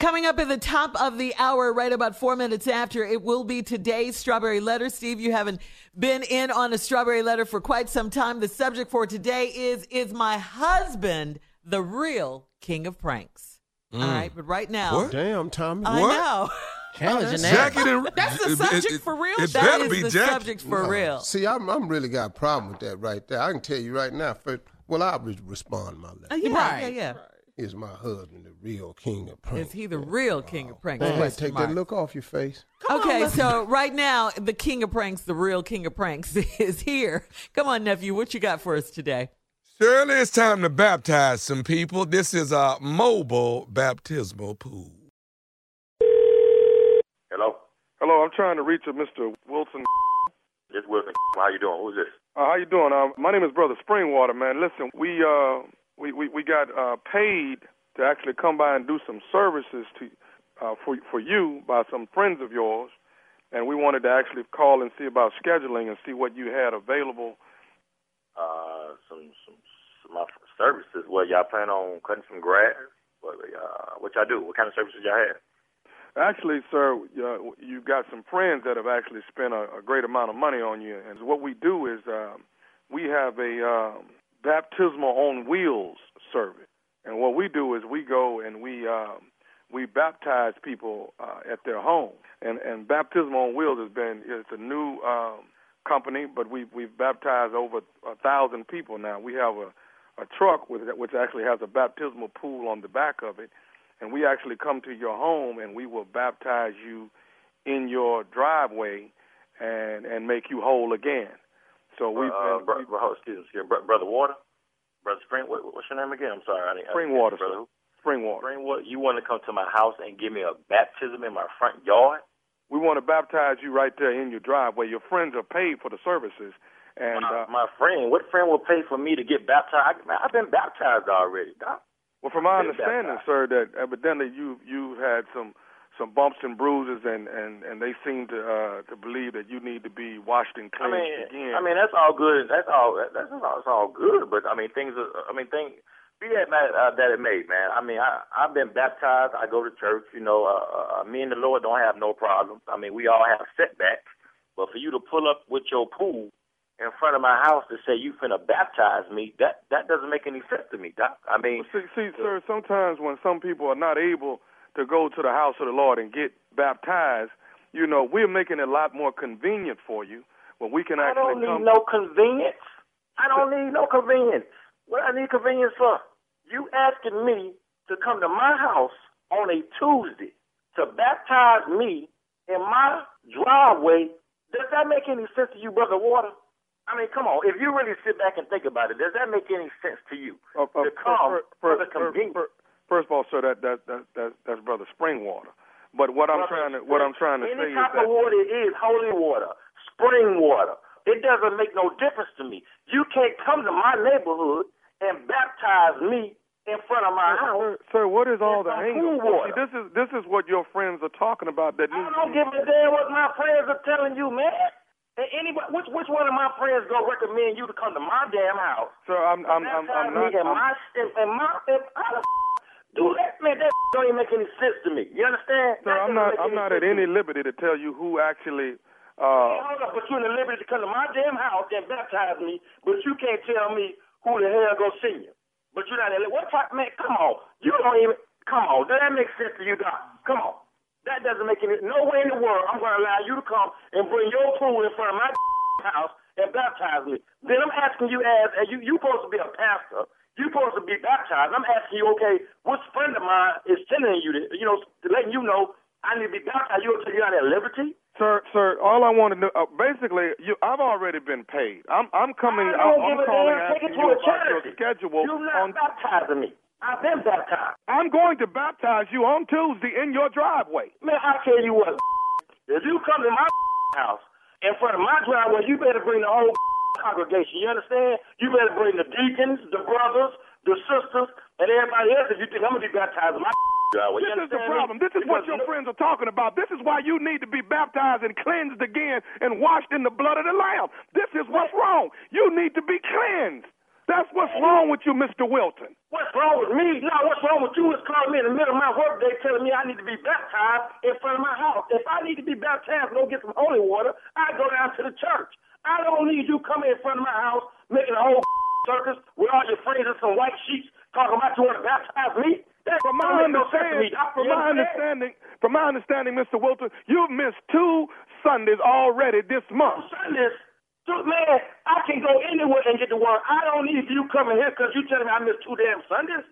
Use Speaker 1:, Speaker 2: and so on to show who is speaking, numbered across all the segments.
Speaker 1: Coming up at the top of the hour, right about four minutes after, it will be today's strawberry letter. Steve, you haven't been in on a strawberry letter for quite some time. The subject for today is Is my husband the real king of pranks? All right, but right now,
Speaker 2: Mm. What?
Speaker 3: Damn, Tommy.
Speaker 1: Oh, I
Speaker 2: What?
Speaker 1: know.
Speaker 4: Challenging that.
Speaker 2: Jackie didn't.
Speaker 1: That's the
Speaker 2: it-
Speaker 1: subject
Speaker 2: it-
Speaker 1: for real.
Speaker 2: It
Speaker 1: That
Speaker 2: better
Speaker 1: is
Speaker 2: be
Speaker 1: the
Speaker 2: Jackie.
Speaker 1: subject for real.
Speaker 3: See, I'm, I'm really got a problem with that right there. I can tell you right now. First, well, I'll re- respond my letter.
Speaker 1: Uh, yeah, yeah,
Speaker 4: Right.
Speaker 1: yeah.
Speaker 3: Is my husband the real king of pranks?
Speaker 1: Is he the real king of pranks?
Speaker 3: Man,
Speaker 1: Question
Speaker 3: take
Speaker 1: mark.
Speaker 3: that look off your face.
Speaker 1: Okay, so right now, the king of pranks, the real king of pranks, is here. Come on, nephew, what you got for us today?
Speaker 2: Surely it's time to baptize some people. This is a mobile baptismal pool.
Speaker 5: Hello?
Speaker 6: Hello, I'm trying to reach a Mr. Wilson.
Speaker 5: This Wilson. How you doing? Who's this?
Speaker 6: Uh, how you doing? Uh, my name is Brother Springwater, man. Listen, we uh, we, we we got uh, paid to actually come by and do some services to uh, for for you by some friends of yours, and we wanted to actually call and see about scheduling and see what you had available.
Speaker 5: Uh, some, some, some my services. Well, y'all plan on cutting some grass? What, uh, what y'all do? What kind of services y'all have?
Speaker 6: Actually, sir, uh, you've got some friends that have actually spent a, a great amount of money on you. And what we do is um, we have a um, baptismal on wheels service. And what we do is we go and we um, we baptize people uh, at their home. And and baptismal on wheels has been it's a new um, company, but we we've baptized over a thousand people now. We have a a truck with which actually has a baptismal pool on the back of it and we actually come to your home and we will baptize you in your driveway and and make you whole again. So we've
Speaker 5: uh,
Speaker 6: been,
Speaker 5: bro, bro, excuse me, excuse me. Bro, brother Water? Brother Spring? What, what's your name again? I'm sorry. I didn't, I didn't-
Speaker 6: Springwater,
Speaker 5: Brother who?
Speaker 6: spring water.
Speaker 5: Springwater. You want to come to my house and give me a baptism in my front yard?
Speaker 6: We want to baptize you right there in your driveway. Your friends are paid for the services, and
Speaker 5: my,
Speaker 6: uh,
Speaker 5: my friend, what friend will pay for me to get baptized? I, man, I've been baptized already, Doc.
Speaker 6: well, from my
Speaker 5: Been
Speaker 6: understanding,
Speaker 5: baptized.
Speaker 6: sir, that evidently you you had some some bumps and bruises, and and and they seem to uh, to believe that you need to be washed and
Speaker 5: I
Speaker 6: cleansed
Speaker 5: mean,
Speaker 6: again.
Speaker 5: I mean that's all good. That's all. That's, that's all. It's all good. But I mean, things. Are, I mean, thing. Be that ma- uh, that it may, man. I mean, I I've been baptized. I go to church. You know, uh, uh, me and the Lord don't have no problems. I mean, we all have setbacks. But for you to pull up with your pool in front of my house to say you finna baptize me, that that doesn't make any sense to me, Doc. I mean,
Speaker 6: Well, see, see, sir, sometimes when some people are not able to go to the house of the Lord and get baptized, you know, we're making it a lot more convenient for you when we can
Speaker 5: I don't
Speaker 6: actually
Speaker 5: need
Speaker 6: come.
Speaker 5: no convenience. I don't need no convenience. What I need convenience for? You asking me to come to my house on a Tuesday to baptize me in my driveway? Does that make any sense to you, brother Water? I mean, come on. If you really sit back and think about it, does that make any sense to you
Speaker 6: Uh, uh,
Speaker 5: to come for the
Speaker 6: first, first,
Speaker 5: convenience?
Speaker 6: first- first of all, sir, that, that, that, that, that's Brother Springwater. But what I'm trying to what I'm trying to say
Speaker 5: Any
Speaker 6: is
Speaker 5: type of
Speaker 6: that
Speaker 5: water it is holy water, spring water. It doesn't make no difference to me. You can't come to my neighborhood and baptize me in front of my house.
Speaker 6: Sir, sir, what is all
Speaker 5: It's
Speaker 6: the
Speaker 5: not cool
Speaker 6: angle?
Speaker 5: water.
Speaker 6: See, this is this is what your friends are talking about.
Speaker 5: I
Speaker 6: That needs to
Speaker 5: don't
Speaker 6: be-
Speaker 5: give a damn what my friends are telling you, man. And anybody, which which one of my friends gonna recommend you to come to my damn house?
Speaker 6: Sir, I'm I'm I'm, I'm
Speaker 5: Baptize
Speaker 6: not.
Speaker 5: me in
Speaker 6: I'm-
Speaker 5: my in, in my in, how the do that, man. That don't even make any sense to me. You understand?
Speaker 6: Sir,
Speaker 5: That
Speaker 6: I'm
Speaker 5: doesn't
Speaker 6: not.
Speaker 5: make
Speaker 6: I'm not at
Speaker 5: sense to me.
Speaker 6: any liberty to tell you who actually. Uh,
Speaker 5: Hold up, but you in the liberty to come to my damn house and baptize me, but you can't tell me who the hell go see you. But you're not at what type man, come on. You don't even come on, does that make sense to you, Doc? Come on. That doesn't make any no way in the world I'm gonna allow you to come and bring your pool in front of my house and baptize me. Then I'm asking you as and you you supposed to be a pastor. You supposed to be baptized. I'm asking you, okay, which friend of mine is telling you that you know, letting you know I need to be baptized. You okay, you're not at liberty?
Speaker 6: Sir, sir, all I want to know, uh, basically, you, I've already been paid. I'm, I'm coming.
Speaker 5: I
Speaker 6: I'm,
Speaker 5: don't
Speaker 6: I'm
Speaker 5: give a
Speaker 6: calling
Speaker 5: damn. Take
Speaker 6: asking
Speaker 5: it to
Speaker 6: you
Speaker 5: a
Speaker 6: about
Speaker 5: charity.
Speaker 6: your schedule.
Speaker 5: You're not
Speaker 6: on,
Speaker 5: baptizing me. I've been baptized.
Speaker 6: I'm going to baptize you on Tuesday in your driveway.
Speaker 5: Man, I tell you what, if you come to my house in front of my driveway, you better bring the whole congregation. You understand? You better bring the deacons, the brothers, the sisters, and everybody else if you think I'm gonna be baptized in my driveway. You
Speaker 6: This is the
Speaker 5: understand me?
Speaker 6: problem. This is what
Speaker 5: Because
Speaker 6: your
Speaker 5: no-
Speaker 6: friends are talking about. This is why you need to be baptized and cleansed again and washed in the blood of the Lamb. This is what's wrong. You need to be cleansed. That's what's wrong with you, Mr. Wilton.
Speaker 5: What's wrong with me? No, what's wrong with you is calling me in the middle of my workday telling me I need to be baptized in front of my house. If I need to be baptized and go get some holy water, I go down to the church. I don't need you coming in front of my house making a whole circus with all your friends and some white sheets talking about you want to baptize me. That
Speaker 6: From
Speaker 5: don't
Speaker 6: my
Speaker 5: make no sense to me.
Speaker 6: understanding,
Speaker 5: I-
Speaker 6: from my understanding, from my understanding, Mr. Wilton, you've missed two Sundays already this month.
Speaker 5: Sundays, dude, man, I can go anywhere and get the word. I don't need you coming here because you telling me I missed two damn Sundays.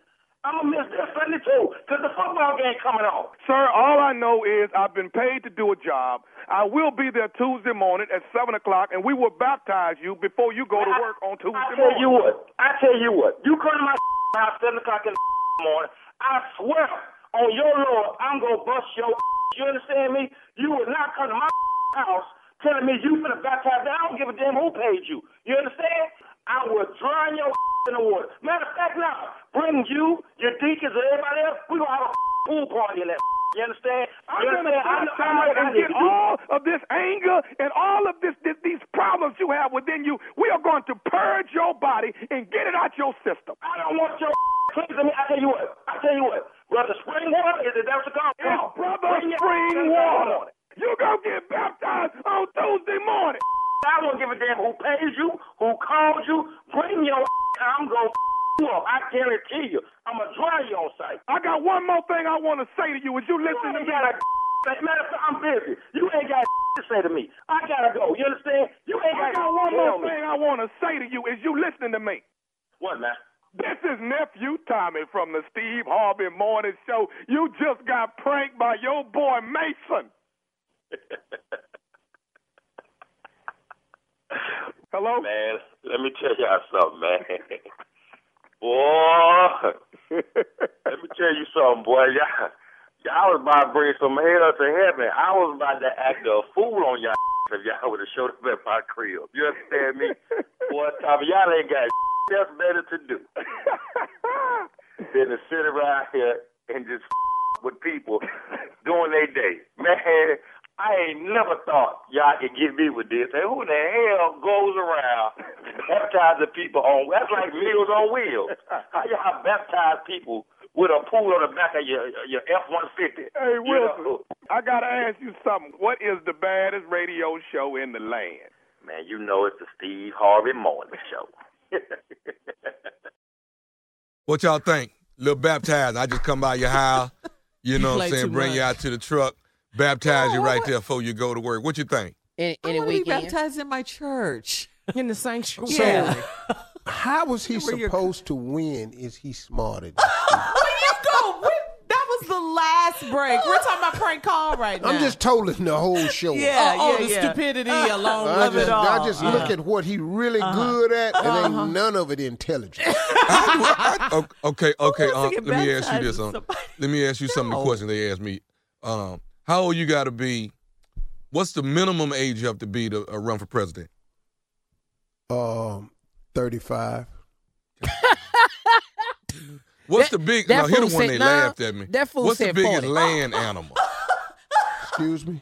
Speaker 5: I'm gonna miss this Sunday too because the football game coming on.
Speaker 6: Sir, all I know is I've been paid to do a job. I will be there Tuesday morning at seven o'clock, and we will baptize you before you go to work on Tuesday
Speaker 5: I tell
Speaker 6: morning.
Speaker 5: you what. I tell you what. You come to my house seven o'clock in the morning. I swear on your Lord, I'm gonna bust your. You understand me? You would not come to my house telling me you finna baptize me. I don't give a damn who paid you. You understand? I will drown your in the water. Matter of fact, now bring you, your deacons, and everybody else. We gonna have a pool party in that. You understand?
Speaker 6: I'm
Speaker 5: You
Speaker 6: going to
Speaker 5: understand? I know- I know
Speaker 6: baptize
Speaker 5: what I
Speaker 6: and
Speaker 5: need
Speaker 6: get
Speaker 5: to do.
Speaker 6: all of this anger and all of this, this these problems you have within you. We are going to purge your body and get it out your system.
Speaker 5: I don't want your please me. I tell you what. I tell you what. Brother Spring Water is it that's the call?
Speaker 6: It's brother
Speaker 5: Bring your
Speaker 6: spring water. You gonna get baptized on Tuesday morning.
Speaker 5: I don't give a damn who pays you, who calls you. Bring your I'm gonna you up. I guarantee you. I'ma dry you on sight.
Speaker 6: I got one more thing I want to say to you. As you
Speaker 5: You
Speaker 6: listen to
Speaker 5: ain't
Speaker 6: me,
Speaker 5: got a matter of fact, I'm busy. You ain't got to say to me. I gotta go. You understand? You ain't
Speaker 6: I
Speaker 5: got,
Speaker 6: got
Speaker 5: to
Speaker 6: one
Speaker 5: tell
Speaker 6: more
Speaker 5: me.
Speaker 6: thing I want to say to you. As you listening to me.
Speaker 5: What man?
Speaker 6: This is nephew Tommy from the Steve Harvey Morning Show. You just got pranked by your boy Mason. Hello.
Speaker 5: Man, let me tell y'all something, man. Boy, let me tell you something, boy. Y'all, y'all was about to bring some hell to heaven. I was about to act a fool on y'all if y'all would have showed up at my crib. You understand me? boy, Tommy, y'all ain't got else better to do than to sit around here and just with people doing their day. Man, I ain't never thought y'all could get me with this. And who the hell goes around baptizing people on? That's like Meals on Wheels. How y'all baptize people with a pool on the back of your your F one fifty?
Speaker 6: hey Wilson, I gotta ask you something. What is the baddest radio show in the land?
Speaker 5: Man, you know it's the Steve Harvey Morning Show.
Speaker 2: What y'all think? Little baptized. I just come by your house, you know what
Speaker 1: play
Speaker 2: I'm saying?
Speaker 1: too
Speaker 2: Bring you
Speaker 1: much.
Speaker 2: out to the truck, baptize you
Speaker 1: No,
Speaker 2: right
Speaker 1: what-
Speaker 2: there before you go to work. What you think?
Speaker 4: Any,
Speaker 1: I
Speaker 4: any
Speaker 1: want to be
Speaker 4: weekend
Speaker 1: baptized in my church.
Speaker 4: in the sanctuary.
Speaker 3: So-
Speaker 1: Yeah.
Speaker 3: How was he
Speaker 1: Where you're-
Speaker 3: supposed to win? Is he smarter?
Speaker 4: Go. We, that was the last break. We're talking about prank call right now.
Speaker 3: I'm just tolling the whole show.
Speaker 1: Yeah.
Speaker 4: Oh, oh, the
Speaker 1: yeah.
Speaker 4: stupidity alone
Speaker 3: I
Speaker 4: of
Speaker 3: just,
Speaker 4: it all.
Speaker 3: I just look at what he really
Speaker 1: Uh-huh.
Speaker 3: good at, and ain't none of it intelligent.
Speaker 2: O- okay, okay.
Speaker 1: wants to
Speaker 2: Um,
Speaker 1: get
Speaker 2: let me ask you
Speaker 1: baptized
Speaker 2: this.
Speaker 1: with
Speaker 2: Um,
Speaker 1: somebody?
Speaker 2: let me ask you some of the
Speaker 1: No.
Speaker 2: questions they asked me. Um, how old you got to be? What's the minimum age you have to be to uh, run for president?
Speaker 3: Um, thirty-five.
Speaker 2: What's the big?
Speaker 4: that
Speaker 2: Now here the
Speaker 4: fool
Speaker 2: one
Speaker 4: said-
Speaker 2: they
Speaker 4: nah,
Speaker 2: laughed at me.
Speaker 4: that fool
Speaker 2: What's the
Speaker 4: said
Speaker 2: biggest
Speaker 4: 40.
Speaker 2: land animal?
Speaker 3: Excuse me.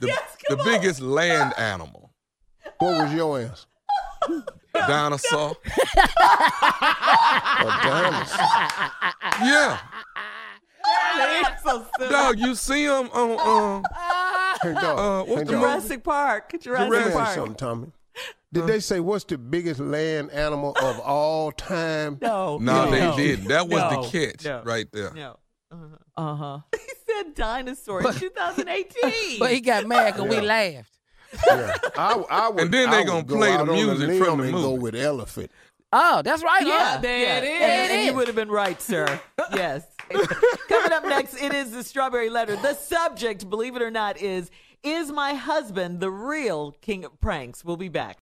Speaker 2: The, the biggest land animal.
Speaker 3: What was your answer?
Speaker 2: Dinosaur.
Speaker 3: A dinosaur.
Speaker 2: Yeah,
Speaker 1: It's so silly.
Speaker 2: dog. You see them on. Um,
Speaker 3: Hey, dog.
Speaker 2: Uh, what's
Speaker 3: Hey,
Speaker 2: the
Speaker 3: dog.
Speaker 2: rest-
Speaker 1: Jurassic Park. Jurassic
Speaker 3: Let me ask
Speaker 1: Park.
Speaker 3: you something, Tommy. Did they say what's the biggest land animal of all time?
Speaker 1: No.
Speaker 2: no,
Speaker 1: no,
Speaker 2: they
Speaker 1: no.
Speaker 2: didn't. That was
Speaker 1: No,
Speaker 2: the catch
Speaker 1: no,
Speaker 2: right there.
Speaker 1: No. Uh-huh.
Speaker 4: Uh huh.
Speaker 1: He said dinosaur in 2018.
Speaker 4: But he got mad because we laughed.
Speaker 3: Yeah. I, I would,
Speaker 2: And then they
Speaker 3: I would
Speaker 2: gonna
Speaker 3: go
Speaker 2: play the
Speaker 3: out on a
Speaker 2: music from
Speaker 3: limb
Speaker 2: the
Speaker 3: and Go
Speaker 2: movie.
Speaker 3: with elephant.
Speaker 4: Oh, that's right.
Speaker 1: Yeah,
Speaker 4: huh? there
Speaker 1: yeah.
Speaker 4: it is.
Speaker 1: And, and
Speaker 4: It
Speaker 1: you
Speaker 4: is.
Speaker 1: would have been right, sir. yes. Coming up next, it is the strawberry letter. The subject, believe it or not, is Is my husband the real king of pranks? We'll be back.